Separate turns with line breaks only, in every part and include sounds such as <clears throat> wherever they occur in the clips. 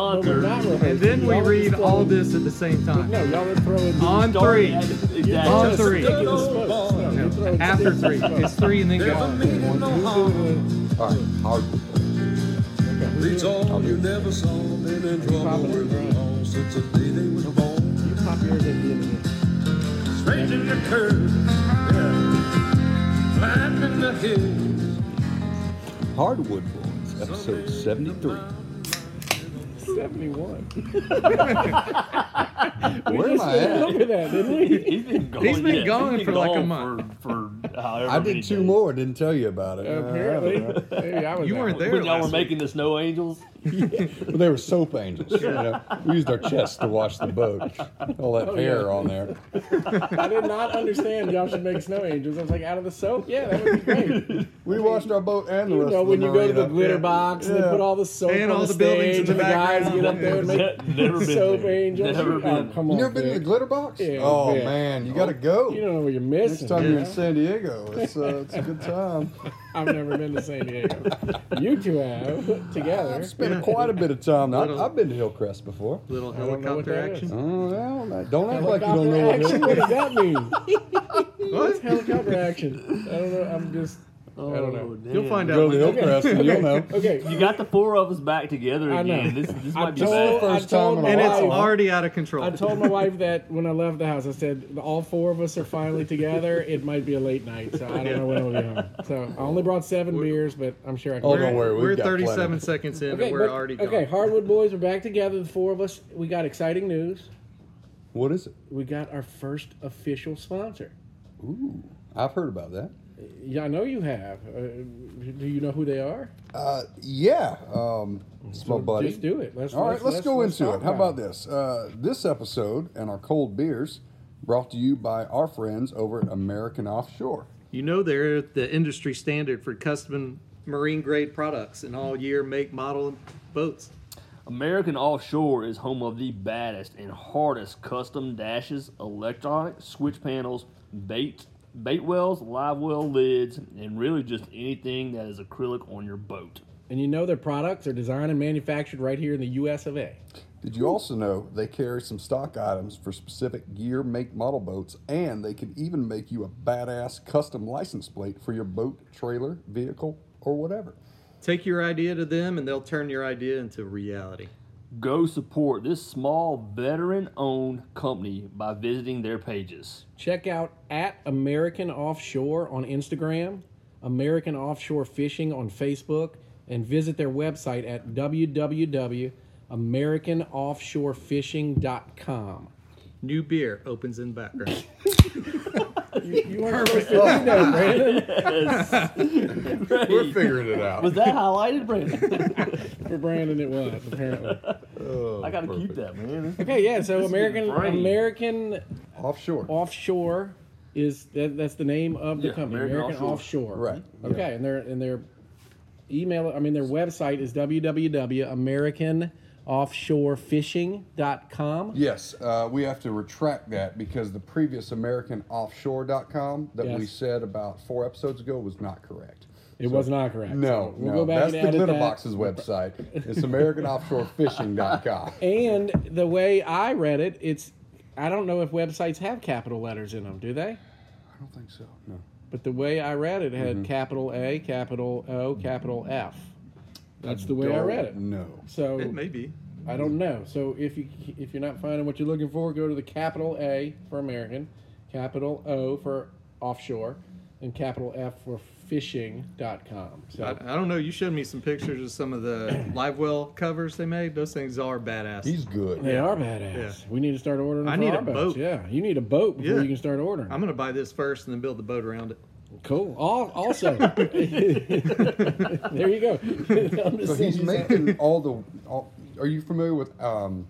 longer.
not rehearsing.
And then we
Y'all are
read
just
all
throwing-
this at the same time.
No, y'all are throwing. these-
On three.
Exactly.
You're
on
throwing
three.
ridiculous votes. No, you're throwing
After three.
ridiculous
It's
votes.
three and then
Never
go.
mean it no harm.
All right, Howard.
It's all you never saw. Been in trouble with the law since the day they was born.
You pop yours at the end of it.
Strange in the curve. Yeah. Climbing the hill.
Hardwood Boys, episode 73.
Seventy-one.
Where am
<laughs>
I at?
Look at that, didn't we?
He's been gone.
He's been
yeah,
gone
been
for like a
gone
month.
For, for however
I
many
did two
days.
more. and Didn't tell you about
Uh,
<laughs>
it.
Apparently, maybe I was.
You
out.
weren't there
When y'all were
last week.
making the snow angels,
But they were soap angels. You know? We used our chests to wash the boat. All
Oh,
that hair on there.
I did not understand y'all should make snow angels. I was like, out of the soap? Yeah, that would be
<laughs>
great.
We washed our boat and the
You
rest
know,
of the
when you go to the
marina.
glitter box and they
Yeah.
put all the soap
And
on
all the buildings
stage,
in the
and the guys
background.
get up there and
That-
make
never been
soap
there.
angels.
Never
Oh,
been.
come
You
on,
never been to the
Vic.
glitter box?
Yeah,
oh,
yeah.
man. You got to go.
You don't know what you're missing.
Next time
you
you're in
know?
San Diego, it's, uh, it's a
<laughs>
good time.
I've never been to San Diego. you two have together.
I've spent quite a bit of time. now. I've,
Little-
I've been to Hillcrest before.
Little
know what
helicopter
that
action.
is.
Oh, well, don't act like you don't know what
Helicopter action. What does
Hillcrest
that mean?
What?
Helicopter action. I don't know. I'm just. I don't know.
You'll find
Go
out.
to
when-
Hillcrest and
<laughs>
you'll know.
Okay.
Oh, You got the four of us back together
I know.
again. This this
I
might be
told-
bad.
the first
I told
time in a
my
And it's
wife-
already out of control.
I told my wife that when I left the house, I said all four of us are finally together. It might be a late night, so I don't know when we'll be home. So I only brought 7 beers, but I'm sure I can.
Oh,
We're-
don't worry, we've
We're
got
37
plenty.
seconds in,
Okay,
and we're
but-
already gone.
okay. Hardwood boys, we're back together. The four of us. We got exciting news.
What is it?
We got our first official sponsor.
Ooh, I've heard about that.
Yeah, I know you have. Uh, do you know who they are?
Uh, yeah, um, it's my buddy.
Just do it. Let's,
All right, let's go
let's
into
talk
it. How about this? Uh, this episode and our cold beers brought to you by our friends over at American Offshore.
You know they're the industry standard for custom marine grade products in all year make model boats.
American Offshore is home of the baddest and hardest custom dashes, electronic switch panels, bait bait wells, live well lids, and really just anything that is acrylic on your boat.
And you know their products are designed and manufactured right here in the U.S. of A.
Did you also know they carry some stock items for specific gear, make, model boats, and they can even make you a badass custom license plate for your boat, trailer, vehicle, or whatever?
Take your idea to them, and they'll turn your idea into reality.
Go support this small veteran-owned company by visiting their pages.
Check out at American Offshore on Instagram, American Offshore Fishing on Facebook, and visit their website at www.americanoffshorefishing.com.
New beer opens in background.
You, you weren't supposed to do that, Brandon.
We're figuring it out.
Was that highlighted, Brandon?
For Brandon, it was apparently.
<laughs> I gotta keep that, man.
Okay, yeah. So American
great.
American
Offshore.
Offshore is that, that's the name of the
Yeah,
company,
American
American,
Offshore.
Offshore.
Right,
Okay, and their and their email, I mean their website is www.americanoffshorefishing.com.
Yes, uh, we have to retract that because the previous AmericanOffshore.com that we
Yes.
said about four episodes ago was not correct.
It was not correct.
No,
So we'll
no,
go back
that's
and
the
edit
Glitter
that.
Box's website.
<laughs>
It's AmericanOffshoreFishing.com.
And the way I read it, it's I don't know if websites have capital letters in them, do they?
I don't think so. No.
But the way I read it
Mm-hmm.
had capital A, capital O, capital F. That's the way I
Don't
read it.
know.
So
It may be.
I don't know. So if you if you're not finding what you're looking for, go to the capital A for American, capital O for offshore, and capital F for fishing.com. So
I, I don't know. You showed me some pictures of some
<clears throat>
of the live well covers they made. Those things are badass.
He's good.
they are badass.
Yeah.
We need to start ordering.
I
for
need
our
a
boats.
boat.
Yeah, you need a boat before
Yeah.
you can start ordering.
I'm gonna buy this first and then build the boat around it.
cool. All,
<laughs>
also, <laughs> there you go. <laughs> I'm just
So
saying,
he's
just- <laughs>
making all the. All, are you familiar with um,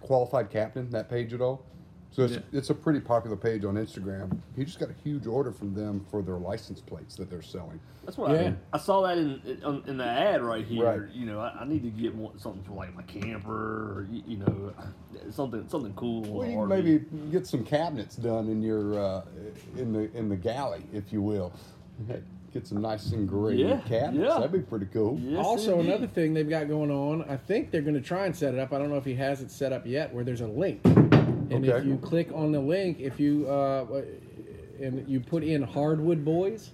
Qualified Captain? That page at all? So it's,
Yeah.
it's a pretty popular page on Instagram. He just got a huge order from them for their license plates that they're selling.
That's what
Yeah.
I, I saw that in in- in the ad right here.
Right.
You know, I, I need to get one, something for like my camper, or you, you know, something something cool. or
Well, you can
RV.
maybe get some cabinets done in your uh, in the in the galley, if you will. get some nice and gray
Yeah,
cabinets.
yeah.
That'd be pretty cool.
Yes,
also,
indeed.
another thing they've got going on, I think they're going to try and set it up. I don't know if he has it set up yet, where there's a link, and if
Okay.
you click on the link, if you uh, and you put in Hardwood Boys,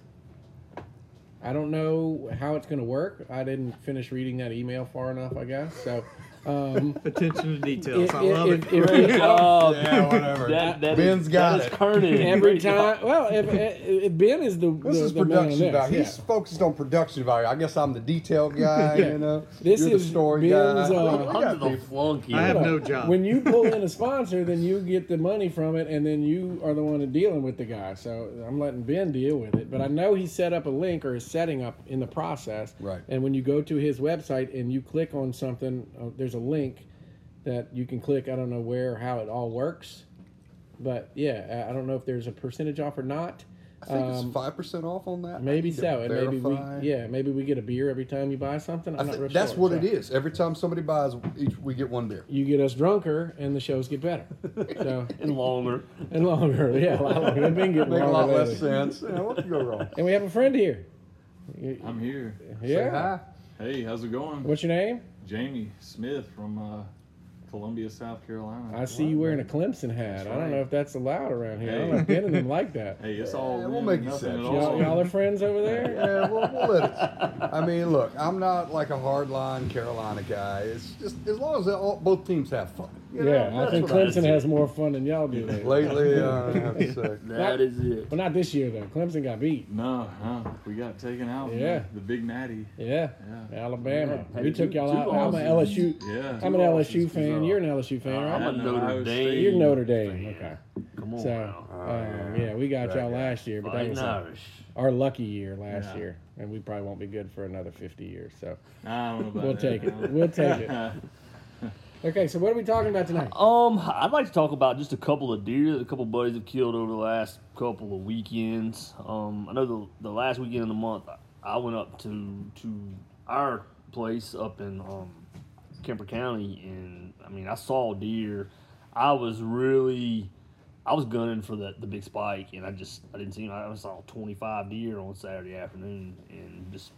I don't know how it's going to work. I didn't finish reading that email far enough, I guess. So, um,
Attention to details.
if-
I love
if-
it.
if-
Great
<laughs>
job.
Oh, Yeah, whatever.
That, that
Ben's
is-
got
that
it.
is kerning.
every
Great
time,
job.
well, if, if Ben is the
This
the,
is
the man on
production
this,
value. He's
yeah.
focused on production value. I guess I'm
<laughs>
the detail guy.
Yeah.
You know,
This
you're
is
the story
Ben's,
guy.
uh,
We got
I'm the
people.
flunky.
I have
Look,
no job.
When you pull
<laughs>
in a sponsor, then you get the money from it, and then you are the one dealing with the guy. So I'm letting Ben deal with it. But I know he set up a link or is setting up in the process.
Right.
And when you go to his website and you click on something, uh, there's a link that you can click. I don't know where or how it all works. But yeah, I- I don't know if there's a percentage off or not.
I think
Um,
it's five percent off on that. I
Maybe
need to
so, and maybe we
verify.
yeah, maybe we get a beer every time you buy something. I'm
I
not
thi-
real
that's
sure,
what
so.
it is. Every time somebody buys, each, we get one beer.
You get us drunker, and the shows get
<laughs>
better. So
And longer.
And longer, <laughs> yeah, a lot longer. They've been getting
Make a
longer
lot
lately.
less sense. Yeah, what could go wrong?
And we have a friend here.
I'm here.
Say
Yeah.
hi.
Hey, how's it going?
What's your name?
Jamie Smith from uh, Columbia, South Carolina.
I see you wearing a Clemson hat. I don't know if that's allowed around here. I don't know if Ben and them like
<laughs>
that.
Hey, it's all
Yeah,
yeah,
we'll make you
nothing
sad.
at
Y'all, y'all
all.
are friends over there?
Yeah, we'll, we'll let it. I mean, look, I'm not like a hardline Carolina guy. It's just as long as they all, both teams have fun. you know,
Yeah, I
that's
think
what
Clemson has more fun than y'all do. lately.
Lately, uh, I have to say.
That is it.
Well, not this year, though. Clemson got beat.
No, no, we got taken out.
Yeah.
The big natty.
Yeah.
Yeah.
Alabama.
Yeah.
We took y'all
Two
out. I'm an
losses.
LSU.
Yeah.
I'm an LSU fan. You're an LSU fan,
Uh, I'm
right?
a
And
Notre
Iowa
Dame. Oh,
State.
You're Notre Dame. Okay.
Come on
So,
now.
um, yeah, we got y'all last year, but that
Fighting
was a-
Irish.
our lucky year last
Yeah.
year, and we probably won't be good for another 50 years. So
Nah, I don't know about
we'll
that.
<laughs>
take it. We'll take it. Okay, so what are we talking about tonight?
Um, I'd like to talk about just a couple of deer that a couple of buddies have killed over the last couple of weekends. Um, I know the the last weekend of the month, I went up to to our place up in um, Kemper County, and I mean, I saw deer. I was really, I was gunning for the the big spike, and I just I didn't see. 'em. I saw twenty five deer on Saturday afternoon, and just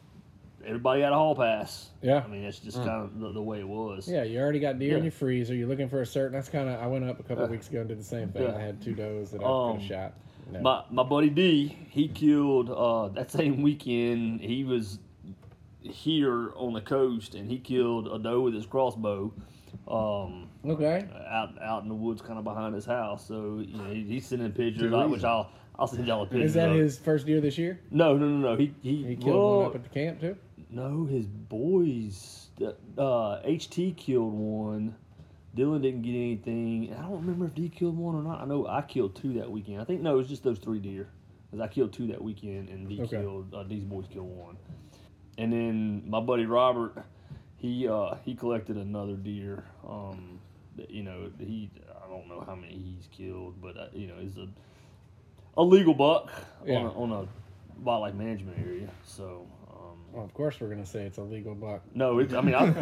everybody had a hall pass.
Yeah.
I mean that's just kind of the, the way it was.
Yeah, you already got deer in
Yeah.
your freezer. You're looking for a certain. That's kind of. I went up a couple weeks ago and did the same thing.
Yeah.
I had two does that I
Um,
could have shot. No.
My my buddy D, he killed uh, that same weekend. He was here on the coast, and he killed a doe with his crossbow, um,
okay.
out out in the woods, kind of behind his house. So you know, he, he's sending pictures, I, which I'll I'll send y'all a picture.
Is that his first deer this year?
No, no, no, no. He he,
He killed
well,
one up at the camp too.
no, his boys. Uh, uh, HT killed one. Dylan didn't get anything. And I don't remember if D killed one or not. I know I killed two that weekend. I think no, it was just those three deer. Cause I killed two that weekend, and D
Okay.
killed. Uh, D's boys killed one. And then my buddy Robert, he uh, he collected another deer. Um, that, you know he I don't know how many he's killed, but uh, you know he's a a legal buck
Yeah.
on, a, on a wildlife management area. So. Um,
Well, of course we're gonna say it's a legal buck.
no, it, I mean,
<laughs>
I'll,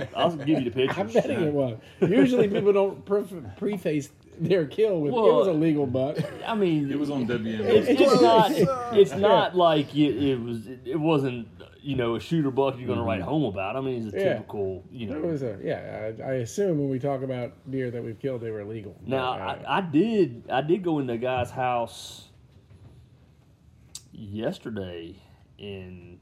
I'll, I'll give you the pictures.
I'm betting it was. Usually people don't pref- preface their kill with it was a
Well-
legal buck. <laughs>
I mean,
<laughs> It was on WMS.
It's, it's not. It's
Yeah.
not like it, it was. It, wasn't. You know, a shooter buck you're going to write home about. I mean, it's a
Yeah.
typical. You know.
It was a yeah. I, I assume when we talk about deer that we've killed, they were illegal.
Now
But, uh,
I, I did I did go in the guy's house yesterday and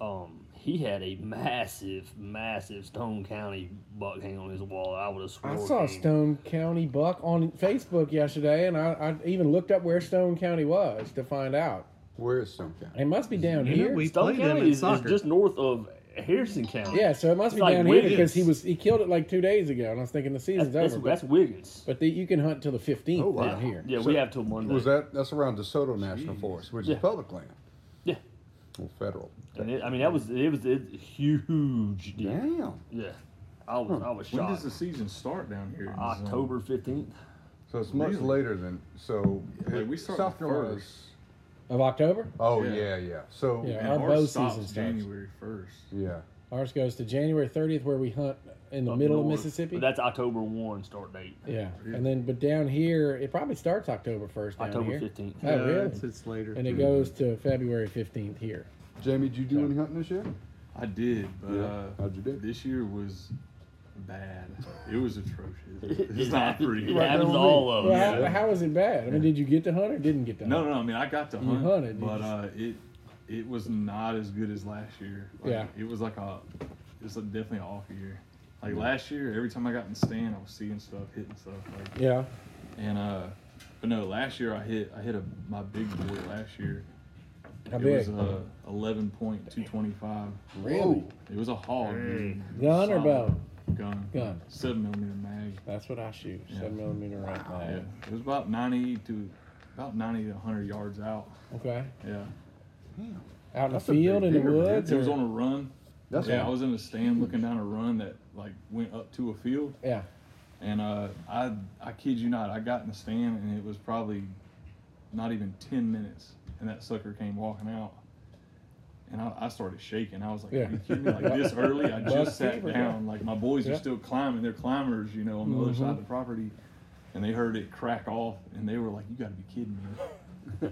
um he had a massive, massive Stone County buck hang on his wall. I would have sworn
I saw
he-
Stone County Buck on Facebook yesterday, and I, I even looked up where Stone County was to find out.
Where is Stone County?
It must be down
You know,
here.
we
Stone
played them
County
in
is, is
soccer.
just north of Harrison County.
yeah, so it must
It's
be
like
down here
Wiggins.
because he was he killed it like two days ago, and I was thinking the
that's,
season's
that's,
over.
that's
but
Wiggins.
but the, you can hunt till the fifteenth
Oh, wow.
down here.
Yeah, we have till Monday.
Was that that's around DeSoto National Forest, which
Yeah.
is public land,
Yeah,
well, federal.
and it, I mean that was it was it huge deal. Yeah.
Damn.
I was I was
When does
shocked.
the season start down here? in this zone?
October fifteenth.
So it's much
Really?
later than so.
Wait,
it-
we start
South
the
Carolina's-
first.
Of October?
Oh yeah,
Yeah.
yeah. So
Yeah.
yeah.
And
our
ours
bow
stops
season starts.
January 1st.
Ours goes to January 30th, where we hunt in the
Up
middle
north.
of Mississippi.
But that's October 1 start date.
yeah. and then but down here it probably starts October 1st. Down
October
here.
15th.
Oh,
No,
really?
It's, it's later.
And it goes to February 15th here.
Jamie, did you do any hunting this year?
I did, but
Yeah.
uh,
How'd you do?
This year was bad. It was atrocious.
<laughs> It
It's not pretty.
It happens to all of
Well,
us.
how, how is it bad? I mean, did you get to hunt or didn't get to
No,
hunt?
no, no. I mean, I got to
You
hunt,
hunted, you
but
just-
uh, it it was not as good as last year. Like,
Yeah.
it was like a it's like definitely an off year. Like last year, every time I got in the stand, I was seeing stuff, hitting stuff. Like,
Yeah.
and uh, but no, last year I hit I hit a my big boy last year.
How
it
big?
was uh, eleven point two twenty five.
Whoa.
It was a hog. dude.
Gun or
Solid
bow?
Gun.
Gun.
Seven millimeter mag.
That's what I shoot. Seven millimeter right now.
Yeah. It was about ninety to about ninety to hundred yards out.
Okay.
Yeah.
Out in
That's a
the field,
big
in the
deer, man.
woods.
It was
or-
on a run.
That's
yeah,
right.
I was in a stand looking down a run that like went up to a field,
yeah.
and uh, I I kid you not, I got in the stand and it was probably not even ten minutes, and that sucker came walking out, and I, I started shaking. I was like,
Yeah.
Are you kidding me? Like this early?
<laughs>
I
Bust
just sat
fever,
down. Like my boys
Yeah. Mm-hmm.
are still climbing. They're climbers, you know, on the other side of the property, and they heard it crack off, and they were like, "You got to be kidding me."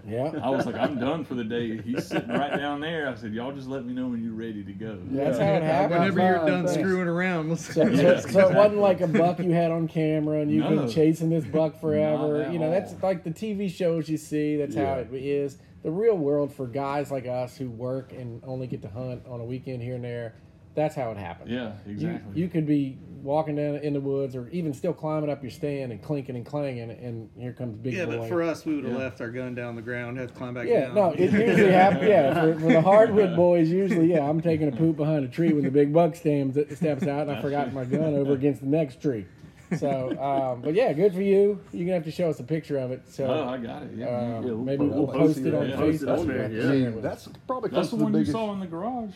Yeah.
I was like, I'm done for the day. He's sitting right down there. I said, Y'all just let me know when you're ready to go.
That's how it happens.
Whenever you're
Fine,
done
thanks.
screwing around, let's <laughs>
So, so-
Yes,
so it wasn't like a buck you had on camera and you've
No.
been chasing this buck forever.
Not at
You know, that's
all.
like the TV shows you see. That's how it is. The real world for guys like us who work and only get to hunt on a weekend here and there, that's how it happens.
Yeah,
You,
exactly.
you could be walking down in the woods or even still climbing up your stand and clinking and clanging, and here comes Big
Yeah,
Boy.
but for us, we would have
Yeah.
left our gun down on the ground, had to climb back
Yeah,
down.
no, it usually
<laughs>
happens. Yeah, for, for the hardwood boys, usually, yeah, I'm taking a poop behind a tree when the big buck stands, steps out, and I forgot my gun over against the next tree. So, um, but yeah, good for you. You're gonna have to show us a picture of it. So,
oh, I got it. Yeah.
uh,
yeah,
maybe we'll
post
post
it.
it on
Yeah,
post it
Facebook.
on there,
We'll
yeah.
share
Dude,
with us.
that's probably
that's the
close to the
one you
biggest.
saw in the garage.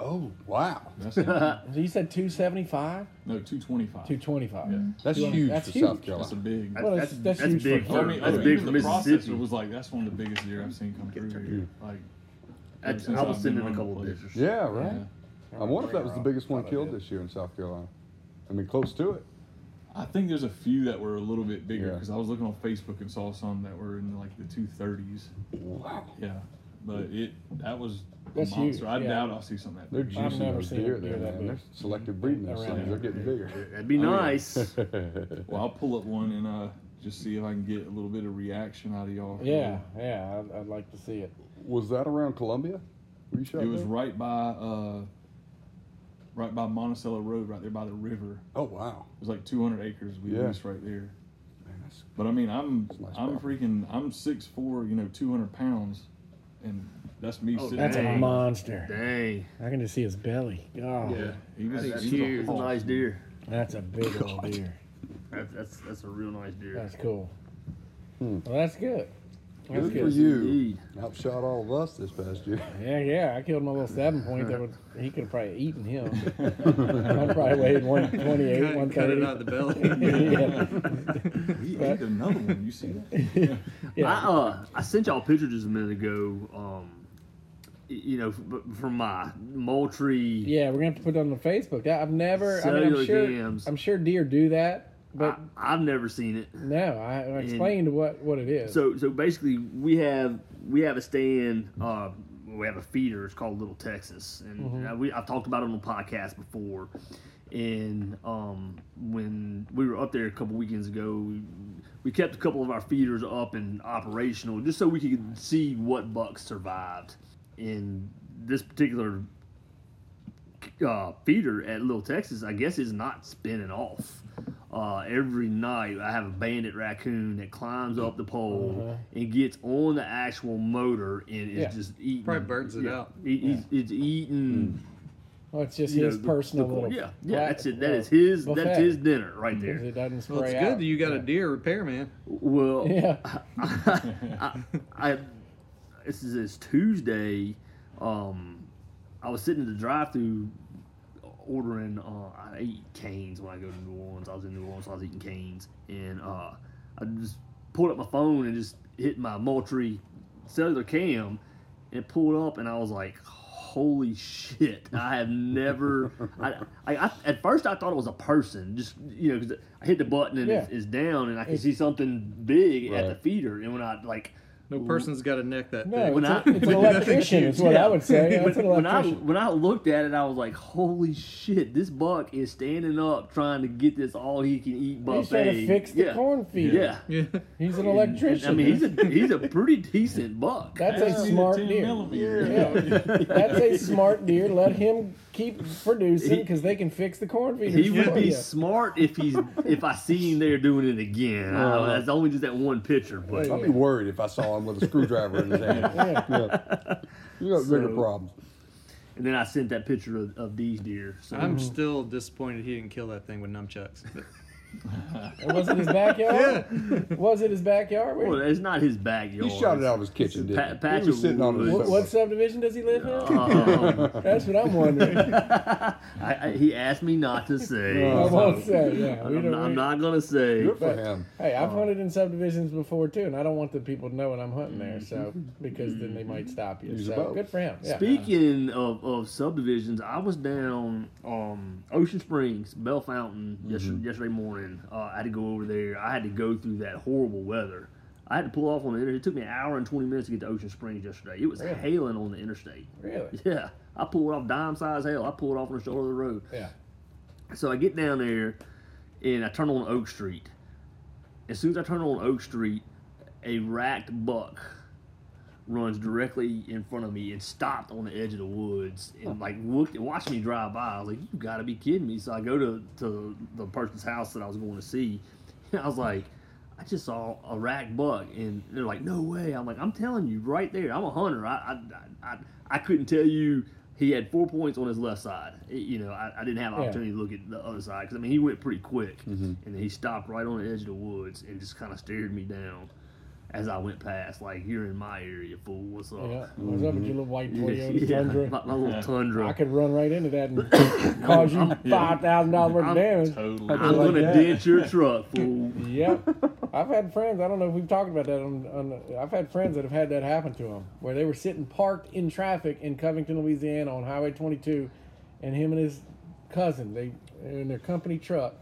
Oh wow,
That's the one.
So you said 275,
no, 225.
225.
Yeah.
that's
Dude,
huge
that's
for
huge.
South
That's a
Carolina.
big.
Well, that's,
That's-
that's,
that's
huge
big
for
I
for-
mean,
that's
oh,
big
even
for
the
Mississippi.
processor was like, that's one of the biggest deer I've seen come through here. Like,
I
ever since
was
I've
sending
been
a
running
couple
the place.
pictures.
Yeah, right.
Yeah.
I wonder if that was the biggest one killed this year in South Carolina. I mean, close to it.
I think there's a few that were a little bit bigger
Yeah.
because I was looking on Facebook and saw some that were in like the 230s.
Wow,
Yeah. But it that was
That's
a
huge,
monster. I
yeah.
doubt I'll see something that
they're
big.
juicing
never
those
seen a
deer
deer
there,
that
man.
big.
They're
Mm-hmm.
selective breeding those
Around
things. They're
here.
getting bigger.
That'd be nice.
<laughs>
Well, I'll pull up one and uh, just see if I can get a little bit of reaction out of y'all.
Yeah, yeah, I'd, I'd like to see it.
<laughs> was that around Columbia? Were you shot
It was
there?
right by uh, right by Monticello Road, right there by the river.
Oh wow,
It was like 200 acres we
Yeah.
leased right there.
man, that's
But I mean, I'm
That's nice
I'm
property.
freaking I'm six four, you know, 200 pounds, and that's me
Oh,
sitting.
That's a
Dang.
monster.
Dang.
I can just see his belly. God,
Yeah, he was,
That's,
he was a
huge. That's a
hog.
nice deer.
that's a big old deer.
That's, that's, that's a real nice deer.
That's cool. Well, that's good. That's
good
good.
for you.
Indeed.
Outshot all of us this
<laughs>
past year.
Yeah, yeah. I killed my little seven point. That would he could have probably eaten him. I probably weighed one twenty eight, one
Cut, cut it
thirty.
out of the belly.
<laughs> yeah.
He ate another one. You
<laughs>
see that?
<laughs> Yeah.
I, uh, I sent y'all pictures just a minute ago. Um, y- you know, f- b- from my Moultrie.
yeah, we're gonna have to put it on the Facebook. I- I've never. I mean, I'm
Cellular
sure.
gams.
I'm sure deer do that, but
I, I've never seen it.
no. I, I explained what what it is.
So so basically, we have we have a stand. Uh, we have a feeder. It's called Little Texas, and
Mm-hmm.
uh, we I've talked about it on the podcast before. And um, when we were up there a couple weekends ago, we, we kept a couple of our feeders up and operational just so we could see what bucks survived. And this particular uh, feeder at Little Texas, I guess, is not spinning off. Uh, every night, I have a bandit raccoon that climbs up the pole and gets on the actual motor and is
Uh-huh. Yeah.
just eating.
Probably burns it out.
He- he's- It's eating.
well, it's just
you
his
know, the-
personal
the-
little.
Yeah, yeah. That's it. That
uh,
is his. That's
buffet. Mm-hmm.
his dinner right there.
'Cause It doesn't spray
Well, it's
out.
good that you got a deer repairman.
Well,
<laughs> Yeah.
I, I, this is this Tuesday. Um, I was sitting in the drive-through ordering. Uh, I ate canes when I go to New Orleans. I was in New Orleans. So I was eating canes, and uh, I just pulled up my phone and just hit my Moultrie cellular cam, and it pulled up, and I was like, holy shit! I have never. I, I, I at first I thought it was a person, just you know, 'cause I hit the button and it's,
Yeah.
it's down, and I can see something big at the
Right.
feeder, and when I like.
No person's got a neck that
Mm-hmm. No,
thick.
When I-
it's, a, it's
<laughs>
an
when I-
electrician. Is what
Yeah.
I would say. It's
<laughs>
an
When, when I
electrician.
when I looked at it, I was like, "Holy shit! This buck is standing up, trying to get this all he can eat buffet."
He's trying to fix the
yeah.
cornfield.
Yeah,
Yeah.
He's an
And,
electrician.
I mean he's a he's a pretty decent buck. <laughs>
that's
Just
a
need
smart
10
deer.
millimeter.
Yeah. That's a smart deer. Let him keep producing because they can fix the corn feeders.
He would
for
be
you.
smart if he's if I see him there doing it again. I don't know, that's only just that one picture, but
I'd be worried if I saw him with a screwdriver in his
<laughs>
hand.
Yeah.
Yeah. You got bigger problems.
and then I sent that picture of, of these deer. So
Mm-hmm.
I'm still disappointed he didn't kill that thing with nunchucks. But-
And Was it his backyard? Was it his backyard? Where-
well, it's not his backyard.
He shot it out of his kitchen,
It's a
didn't
pa-
he?
patch
He was
of
sitting on his
woods.
What,
sofa.
what subdivision does he live in?
Um,
That's what I'm
<laughs>
wondering.
I, I, he asked me not to say.
I
Oh,
won't say. Yeah, we
I'm,
don't,
not-
we-
I'm not gonna say.
Good for him.
Hey, I've hunted in subdivisions before too, and I don't want the people to know when I'm hunting there, so because then they might stop you.
Use a
So
boat.
good for him. Yeah.
Speaking of, of subdivisions, I was down um, Ocean Springs, Bell Fountain yesterday, yesterday morning. Uh, I had to go over there. I had to go through that horrible weather. I had to pull off on the interstate. It took me an hour and 20 minutes to get to Ocean Springs yesterday. It was hailing on the interstate. <laughs>
Really?
Yeah. I pulled off dime size hail. I pulled off on the shoulder of the road.
Yeah.
So I get down there and I turn on Oak Street. As soon as I turn on Oak Street, a racked buck runs directly in front of me and stopped on the edge of the woods and like looked and watched me drive by. I was like, You gotta be kidding me. So I go to, to the person's house that I was going to see <laughs> and I was like, I just saw a racked buck and they're like, No way. I'm like, I'm telling you right there, I'm a hunter. I I, I, I, I couldn't tell you he had four points on his left side. It- you know, I, I didn't have an
Yeah.
opportunity to look at the other side because I mean he went pretty quick, and then he stopped right on the edge of the woods and just kind of stared me down as I went past. Like you're in my area, fool. What's up? <laughs>
Yeah. What's up with your little white Toyota
Mm-hmm. Yeah,
Tundra?
My, my little
I
tundra.
could run right into
<laughs>
that and cause you five thousand dollars worth of
I'm
damage.
Totally.
I'm
like
gonna
that.
ditch your truck,
<laughs>
fool.
Yep. I've had friends. I don't know if we've talked about that. On, on, I've had friends that have had that happen to them, where they were sitting parked in traffic in Covington, Louisiana, on Highway 22, and him and his cousin, they they're in their company truck,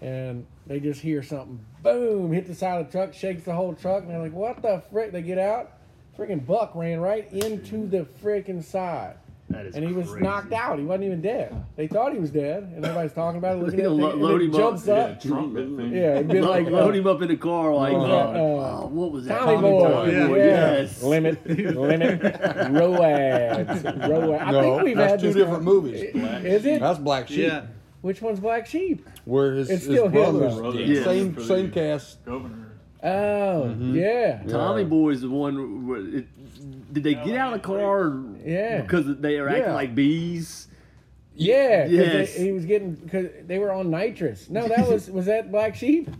and they just hear something, boom, hit the side of the truck, shakes the whole truck, and they're like, "What the frick?" They get out. Freaking buck ran right into the freaking side.
That is
And he was
crazy.
knocked out. He wasn't even dead. They thought he was dead, and everybody's talking
<laughs>
about it. Looking
They
at it,
lo-
and
load
then
him up.
jumps up.
Yeah, Trump that thing.
Yeah, it'd be
Lo-
like
load
uh,
him up in the car like
what was that,
uh,
uh,
oh, what was that?
Tommy Boy.
Tommy
Yeah.
Boy,
Yeah.
Yes.
Limit, limit,
<laughs>
Roads, Roads. I think we've had
that's two
this con-
different movies.
Is it?
That's Black Sheep,
yeah.
Which one's Black Sheep?
where his,
It's
his
still him,
brothers,
though.
Yeah.
same same cast.
Governor.
Oh, yeah.
Tommy
Mm-hmm. Yeah.
Boy is the one. Where it, did they get out of the car?
Yeah.
because they are acting
Yeah.
like bees.
Yeah. 'cause
Yes.
They, he was getting, because they were on nitrous. No, that was, was that Black Sheep?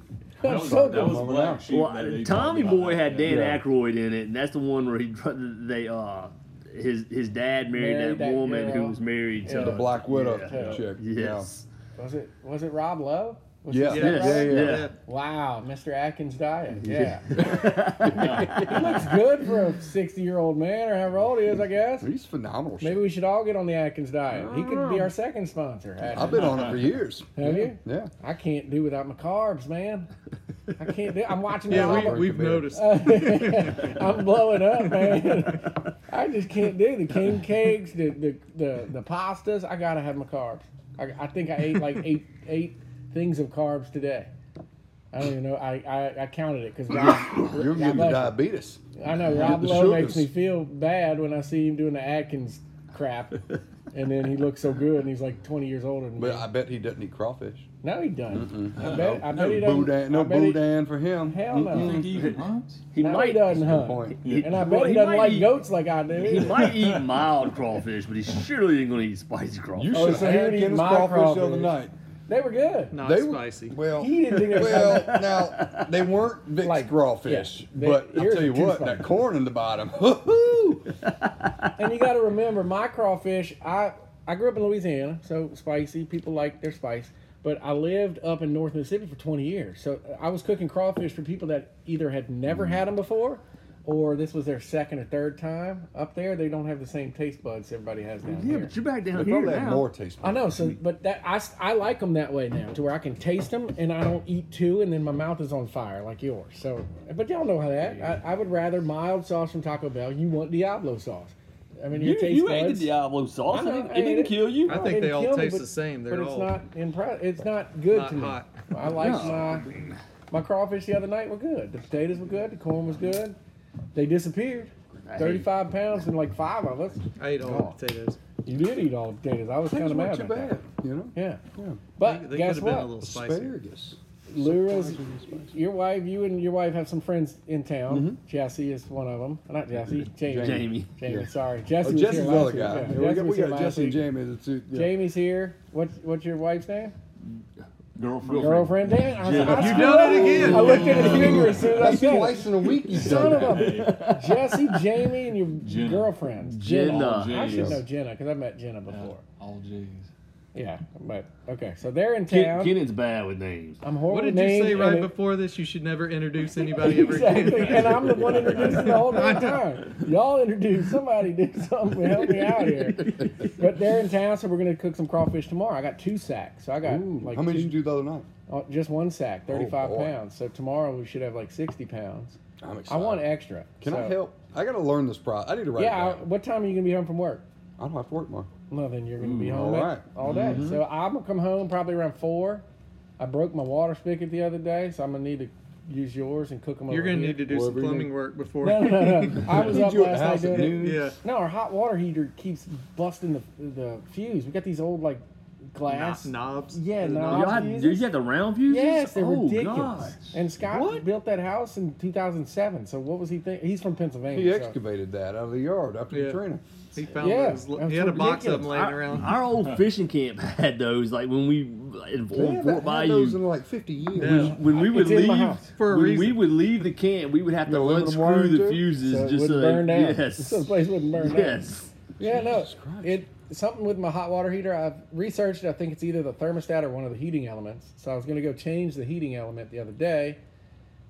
<laughs>
That
I'm
was,
so
that was
confused.
Black Sheep.
Well,
that they talked
Tommy
about
Boy
that.
had Dan
Yeah.
Aykroyd in it, and that's the one where he dr- they uh his his dad married
Married
that,
that
woman who
girl.
was married to
Yeah.
The Black Widow
Yeah.
chick.
Yes.
Was it, was it Rob Lowe? Was
Yeah.
he-
Yeah.
Yes.
Yeah, yeah.
yeah.
Wow, Mr. Atkins diet. Yeah.
Yeah.
<laughs> he looks good for a 60 year old man or however old he is, I guess.
Yeah. He's phenomenal.
Maybe we should all get on the Atkins diet. He could be our second sponsor.
I've
actually.
been on it for years.
Have you?
Yeah.
I can't do without my carbs, man. I can't do. I'm watching.
Yeah,
that
we,
all-
we've noticed.
Uh, <laughs> I'm blowing up, man. I just can't do the king cakes, the the the, the pastas. I gotta have my carbs. I, I think I ate like eight eight things of carbs today. I don't even know. I I, I counted
<laughs>
it because
You're giving me diabetes.
I know Rob
the
Lowe makes
sugars.
me feel bad when I see him doing the Atkins
<laughs>
crap, and then he looks so good, and he's like 20 years older than me.
But I bet he doesn't eat crawfish.
no, he doesn't. I bet. I bet
No
he doesn't.
boudin,
I
no
bet he-
boudin for him.
Hell no.
You think he even hunts?
He
No, he
might
doesn't, huh?
Good point.
And
<laughs>
I bet
well,
he doesn't
might
like
eat,
goats like I do.
He might <laughs> eat mild crawfish, but he surely ain't gonna eat spicy
You
crawfish.
Oh,
should
so
have
he
had
would eat
Kenneth's
my
crawfish, the other
crawfish.
night.
They were good.
Not
They were-
spicy.
Well,
He didn't think it was
well, now they weren't Vic's
Like,
crawfish,
yeah, they-
but I'll
yours
tell you
are too
what,
spicy.
that corn in the bottom. <laughs> woo-hoo!
And you got to remember, my crawfish. I I grew up in Louisiana, so spicy. People like their spice. But I lived up in North Mississippi for 20 years, so I was cooking crawfish for people that either had never had them before, or this was their second or third time up there, they don't have the same taste buds everybody has down
Yeah,
here.
but you're back down
They
here
probably have
now.
more taste.
I know, so but that I, s- I like them that way now, to where I can taste them and I don't eat two, and then my mouth is on fire like yours. So, but y'all know how that. I, I would rather mild sauce from Taco Bell. You want Diablo sauce? I mean,
You,
your taste
you
buds.
ate the Diablo sauce.
I know,
it didn't,
I
it didn't
ate it.
kill you.
I
No,
think
it
they all
killed me,
taste
but-
the same. They're
but it's
all
not impre- It's not good
not
to me.
hot.
I like
No.
my my crawfish the other night were good. The potatoes were good. The corn was good. They disappeared.
I hate-
Thirty-five pounds and like five of us.
I ate all
Oh.
the potatoes.
You did eat all the potatoes. I was kind
Things
of mad
weren't too
about that.
bad, you know.
Yeah,
Yeah.
They-
but
they
guess
could have been a
what?
little spicier.
Asparagus.
Lura's,
Surprisingly spicy.
your wife, you and your wife have some friends in town.
Mm-hmm.
Jesse is one of them. Not
<laughs>
Jesse, Jamie.
Jamie.
Jamie,
Yeah.
sorry. Jesse
Oh,
was
Jesse's
here
the other
last week.
guy.
Yeah,
Yeah, we
Jesse
got, we
was here
got
last
Jesse and
week.
Jamie. The two, yeah.
Jamie's here. What's what's your wife's name?
Girlfriend.
Girlfriend. Damn it. I was like, I
You
screwed
done it
up.
again.
I looked at his finger as soon as I
<laughs> That's
said it.
twice in a week you've
Son
done
of
that.
a <laughs> Jesse, Jamie, and your
Jenna.
girlfriends.
Oh,
Jenna.
I should
Yes.
know Jenna because I met Jenna
Uh,
before.
All J's.
Yeah, but okay. So they're in
Ken,
town.
Kenneth's bad with names.
I'm horrible.
What did you
named,
say
and
right
it-
before this? You should never
<laughs>
introduce anybody ever
Exactly,
again.
and I'm the one introducing the whole damn time. Y'all introduce somebody, do something, to help me out here. But they're in town, so we're gonna cook some crawfish tomorrow. I got two sacks, so I got
Ooh,
like
How many
two-
did you do the other night?
oh, just one sack, 35
boy.
pounds. So tomorrow we should have like 60 pounds.
I'm
I
excited.
want extra.
Can I
so-
help? I got to learn this pro. I need to write
Yeah. I,
it down.
what time are you gonna be home from work?
I don't have to work tomorrow.
Well, then you're going to be
Mm,
home
all
all,
right.
all day. So I'm going to come home probably around four. I broke my water spigot the other day, so I'm going to need to use yours and cook them.
You're
going
gonna need to do some
Whatever you
plumbing
do.
work before.
No, no, no, no. <laughs> I
<laughs>
was
Need
up
you at
last
the
night
house at
doing it.
yeah,
No, our hot water heater keeps busting the the fuse. We got these old like glass.
Knob- knobs.
Yeah,
The
knobs.
Y'all had, did you have the round views?
Yes, they're
oh,
ridiculous.
gosh.
And Scott
What?
built that house in 2007. So what was he think? He's from Pennsylvania.
He
so-
excavated that out of the yard after
Yeah.
Katrina.
He found
Yeah,
those. li-
that's
He had a box of them
ridiculous.
laying
Our,
around.
our
<laughs>
old fishing camp had those, like when we in
They
Fort,
haven't
Fort
had
Bayou.
those in like 50 years.
Yeah.
when we would
It's in my
leave
house.
For a
when we
reason.
would leave the camp, we would have to
You know, aluminum
unscrew
wiring
the
too?
fuses
so it
just
wouldn't
so
burn
they,
down.
<laughs> yes,
<laughs> So the place wouldn't burn down.
yes.
Yeah, no,
Jesus Christ.
it something with my hot water heater. I've researched. I think it's either the thermostat or one of the heating elements. So I was going to go change the heating element the other day,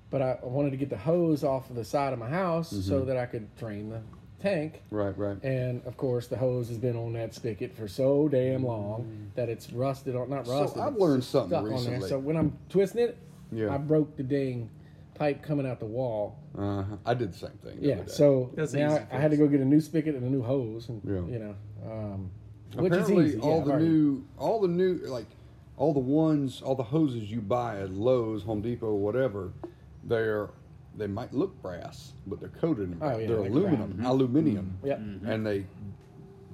but I I wanted to get the hose off of the side of my house
Mm-hmm.
so that I could drain the tank.
Right, right.
And of course, the hose has been on that spigot for so damn long that it's rusted on. Not
Mm. So
rusted.
I've
it's
learned something
stuck on there.
recently.
So when I'm twisting it,
Yeah.
I broke the dang pipe coming out the wall
Uh-huh. I did the same thing. the
yeah,
other day.
so
That's an
now
easy
I had to go get a new spigot and a new hose, and
Yeah.
you know, um, which is
Apparently,
easy. yeah,
all
I've
the
already-
new, all the new, like, all the ones, all the hoses you buy at Lowe's, Home Depot, whatever, they're they might look brass, but they're coated in brass.
Oh, yeah,
they're
like Mm-hmm.
aluminum, aluminum,
Yep. Mm-hmm.
and they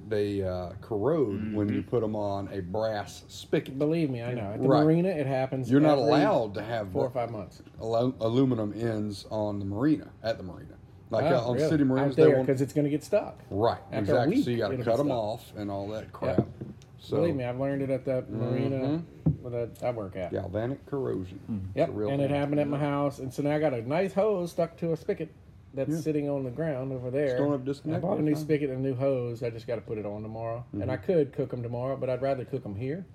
they uh, corrode when you
Mm-hmm.
put them on a brass spigot.
Believe me, I know. At the
Right.
marina, it happens.
You're not
every
allowed to have
four or
bra-
five months.
alu- aluminum ends on the marina at the marina, like
Oh,
uh, on
really?
city
Out
marinas. They
there
won't,
because it's going to get stuck.
right,
after a
exactly.
week,
so you got to
it'll
cut
be
them
stuck.
off and all that crap. So Mm-hmm.
Believe me, I've learned it at the marina that I work at.
galvanic corrosion.
Mm-hmm.
It's
Yep,
a real
and it
thing.
happened at my house, and so now I got a nice hose stuck to a spigot that's sitting on the ground over there.
don't have disconnect
I bought a new
right now.
spigot and a new hose. I just got to put it on tomorrow, and I
Mm-hmm.
could cook them tomorrow, but I'd rather cook them here.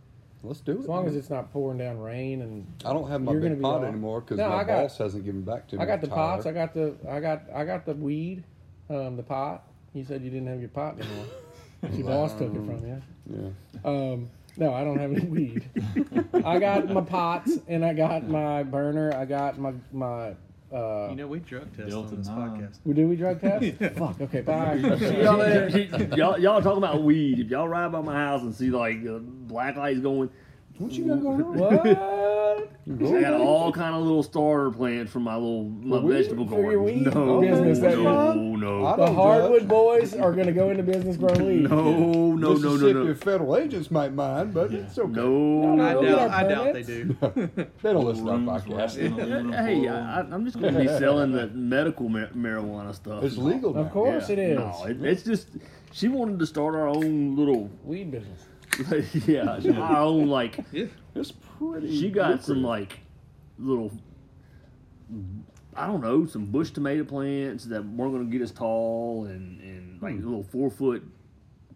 Let's do it.
As long as
man.
it's not pouring down rain and
I don't have my
you're gonna
big
be
pot
all-
anymore because
No,
my
I got-
boss hasn't given back to me.
I got the
Tyler.
pots. I got the I got I got the weed, um, the pot. You said you didn't have your pot
<laughs>
anymore. your boss took it from you.
Yeah.
Um, no, I don't have any weed. I got my pots and I got my burner. I got my my. Uh,
You know, we drug test
Delta
on this
nine.
podcast.
we do we drug
<laughs>
test? Fuck. Okay. <laughs> Bye.
y'all, <laughs> y'all, y'all talking about weed. If y'all ride by my house and see like uh, black lights going,
What you got going on?
what?
I got all kind of little starter plants from my little my
weed?
vegetable
For your
garden.
weed
No,
business, that
no,
is.
no,
I
The
don't
hardwood
judge.
boys are gonna go into business growing weed.
no, no, no, no,
Mississippi
no.
federal agents might mind, but it's okay.
No,
I
We'll get
doubt.
our
I doubt they
permits.
do.
They don't listen to our
Rooms wrapped in
podcast.
aluminum
<laughs> Hey,
foil.
I, I- I'm just going to <laughs> be selling the medical mar- marijuana stuff.
It's legal now.
Of course it is.
No, it, it's just she wanted to start our own little, <laughs>
Weed business. <laughs>
yeah, our own like.
Yeah.
It's pretty.
She got some
lucrative.
like little, I don't know, some bush tomato plants that weren't going to get as tall, and and like little four foot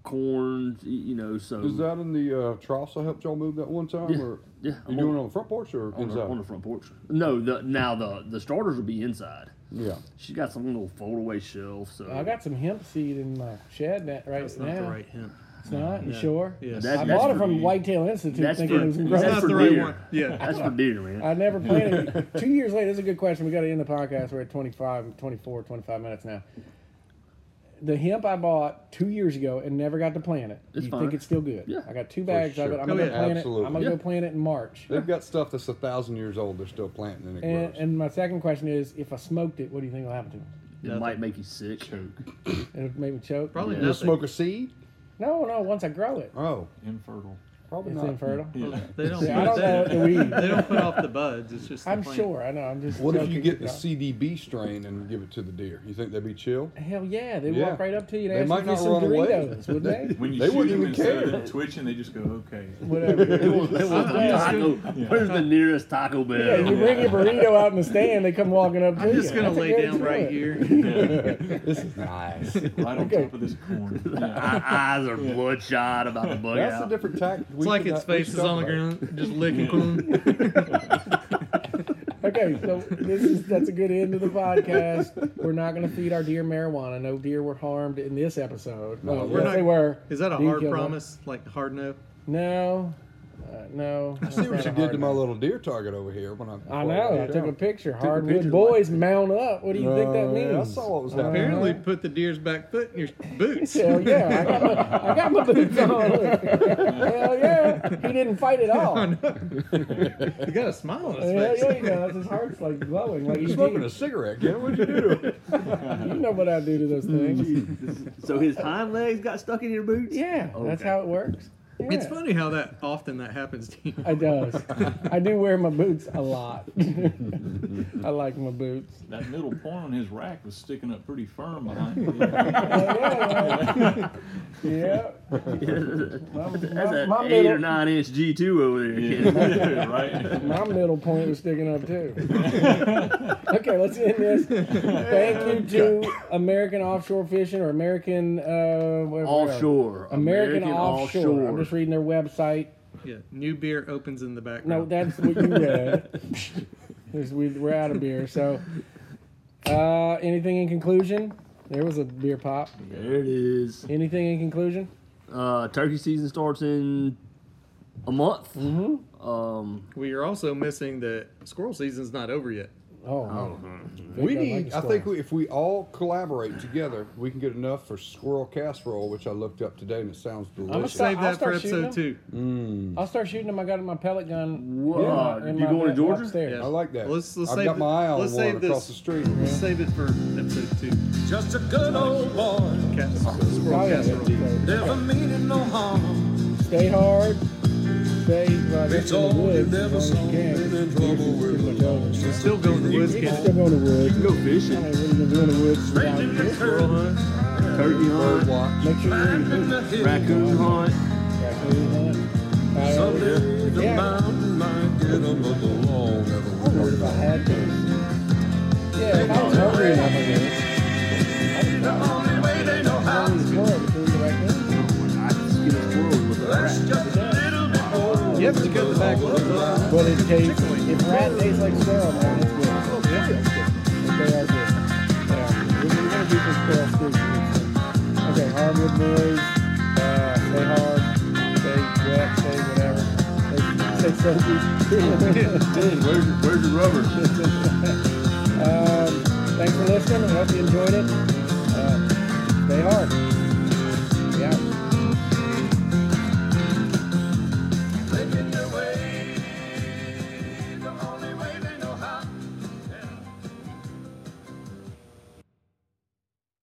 corns, y- you know. So
Is that in the uh, Trough I helped y'all move that one time?
um, Yeah.
Or
Yeah,
You
I'm on-
doing it on the front porch or
on the,
inside?
on the front porch. No, the now the the starters will be inside.
yeah.
She got some little foldaway shelf, so
I got some hemp seed in my shed that right
That's
now.
not the right hint.
It's not. You sure?
Yes.
That-
I
that's
bought it from
for-
Whitetail Institute,
that's
thinking
for-
it was
That's
That's
grown.
not
for
the right
deer.
one. Yeah.
that's for deer, man.
I never planted
<laughs>
it. Two years later, that's a good question. We got to end the podcast. We're at 25, 24, 25 minutes now. The hemp I bought two years ago and never got to plant it.
It's
you
fine.
think it's still good?
Yeah.
I got two bags of it.
sure.
I'm
Oh,
gonna
yeah.
plant it. I'm
Absolutely.
gonna go
Yeah.
plant it in March.
They've got stuff that's a thousand years old. They're still planting and it
And,
grows.
and my second question is, if I smoked it, what do you think will happen to me?
it might make you sick. <laughs>
It'll make me choke.
Probably
You'll
nothing.
smoke a seed?
No, no. Once I grow it,
Oh,
Infertile.
probably
it's
not.
infertile.
Yeah.
They don't.
Yeah, I don't
put
know
that-
the weed.
They don't put off the buds. It's just. the
I'm
plant.
sure. I know. I'm just.
What if
joking.
you get the CDB strain and give it to the deer? You think they'd be chill?
Hell yeah, they
Yeah.
walk right up to you and
They
ask
might
you for
not
some
run away.
Doritos, wouldn't
<laughs>
they?
When you
They
shoot
wouldn't
them
even
instead of
care.
them twitching, they just go,
<laughs>
okay.
Whatever.
Taco, Where's the nearest Taco Bell?
Yeah, you bring your burrito out in the stand, they come walking up to you.
I'm just gonna
That's a
lay
good
down right
tour.
here.
<laughs> This is nice.
Right on
Okay.
top of this
<laughs>
corn. Yeah.
My eyes are bloodshot about the bug
That's
out.
a different tact.
It's like its face is on the ground, just licking.
Okay,
<laughs>
so this is that's a good end of the podcast. We're not gonna feed our deer marijuana. No deer were harmed in this episode. No,
we're not-
they were.
Is that a
Deer
hard
killed them.
promise? Like hard no?
No, uh, no.
I see what you did to my little deer target over here when I.
I know. I took a picture. Hardwood
picture Uh,
boys mount up. What do you think that means? Uh-huh.
I saw what was happening.
Apparently, put the deer's back foot in your boots.
Hell yeah, I got my, I got my boots
<laughs>
on. Hell yeah, he didn't fight at all. Hell
<laughs> You got a smile on his face.
yeah, he does. His heart's like glowing. Like
You're
he's
smoking a cigarette, Ken. What'd you do
<laughs>
to it?
You know what I do to those things.
<laughs> so his hind legs got stuck in your boots.
Yeah, that's
Okay.
how it works. Yeah.
It's funny how that often that happens to you.
It does. I do wear my boots a lot. I like my boots.
That middle point on his rack was sticking up pretty firm behind it.
<laughs>
<laughs> Yeah.
That's
My,
an
my,
eight or
middle,
nine inch G two over there. <laughs> kid.
<laughs> Yeah, right?
<laughs>
my middle point was sticking up too. okay, let's end this. Thank you to American Offshore Fishing or American uh, whatever.
Offshore.
American, offshore. I'm just reading their website.
Yeah, new beer opens in the background.
No, that's what you
<laughs>
read. 'Cause we, we're out of beer. So, uh, anything in conclusion? There was a beer pop.
There it is.
Anything in conclusion?
Uh, turkey season starts in a month.
Mm-hmm.
Um,
We are also missing that squirrel season's not over yet.
Oh, man.
hmm.
We
Think I like
need. I
squirrels.
think we, if we all collaborate together, we can get enough for squirrel casserole, which I looked up today and it sounds delicious.
stop-
Save
I'll
that for
start
episode two.
I'll start shooting them. I got my pellet gun.
Whoa.
in
Uh, You going to
bed
Georgia?
upstairs.
Yeah.
I like that.
Let's- let's
I've
save
got
it-
my eye on
let's
one
save this.
across the street.
Let's save it for episode two.
Just a good old boy,
Cat-
Oh,
squirrel
yeah,
casserole.
yeah.
never meaning no harm.
So, Stay hard. Stay well, I guess
It's
in the
all you
woods.
never
as
saw,
long as you can.
been in trouble with
Pretty much over.
the
Still going to the woods,
You can
kid.
still go in the woods.
go
I
fishing,
ain't really been doing the woods without
Raising the
this.
Squirrel hunt.
turkey
Bird
hunt,
watch.
Make sure you're in the
Climbing
woods.
the hill.
raccoon hunt.
Raccoon hunt. Coyote.
Someday the
Yeah.
mountain might get another long
I wonder if I had to. Yeah, if I was hungry enough, I guess. I didn't know.
Only way they know
I
how.
was hungry before we were back there.
I just get a squirrel with a
That's
rat.
just a little bit more.
You have to cut the back ones off.
But it tastes, if rat tastes like squirrel, man, it's good. They are good. They are good. We're gonna do this squirrel soup next time. Okay, hardwood boys, uh, stay hard, stay wet, stay whatever, stay, stay soapy.
Dude, where's your, where's your rubber?
um, thanks for listening. I hope you enjoyed it. Uh, stay hard.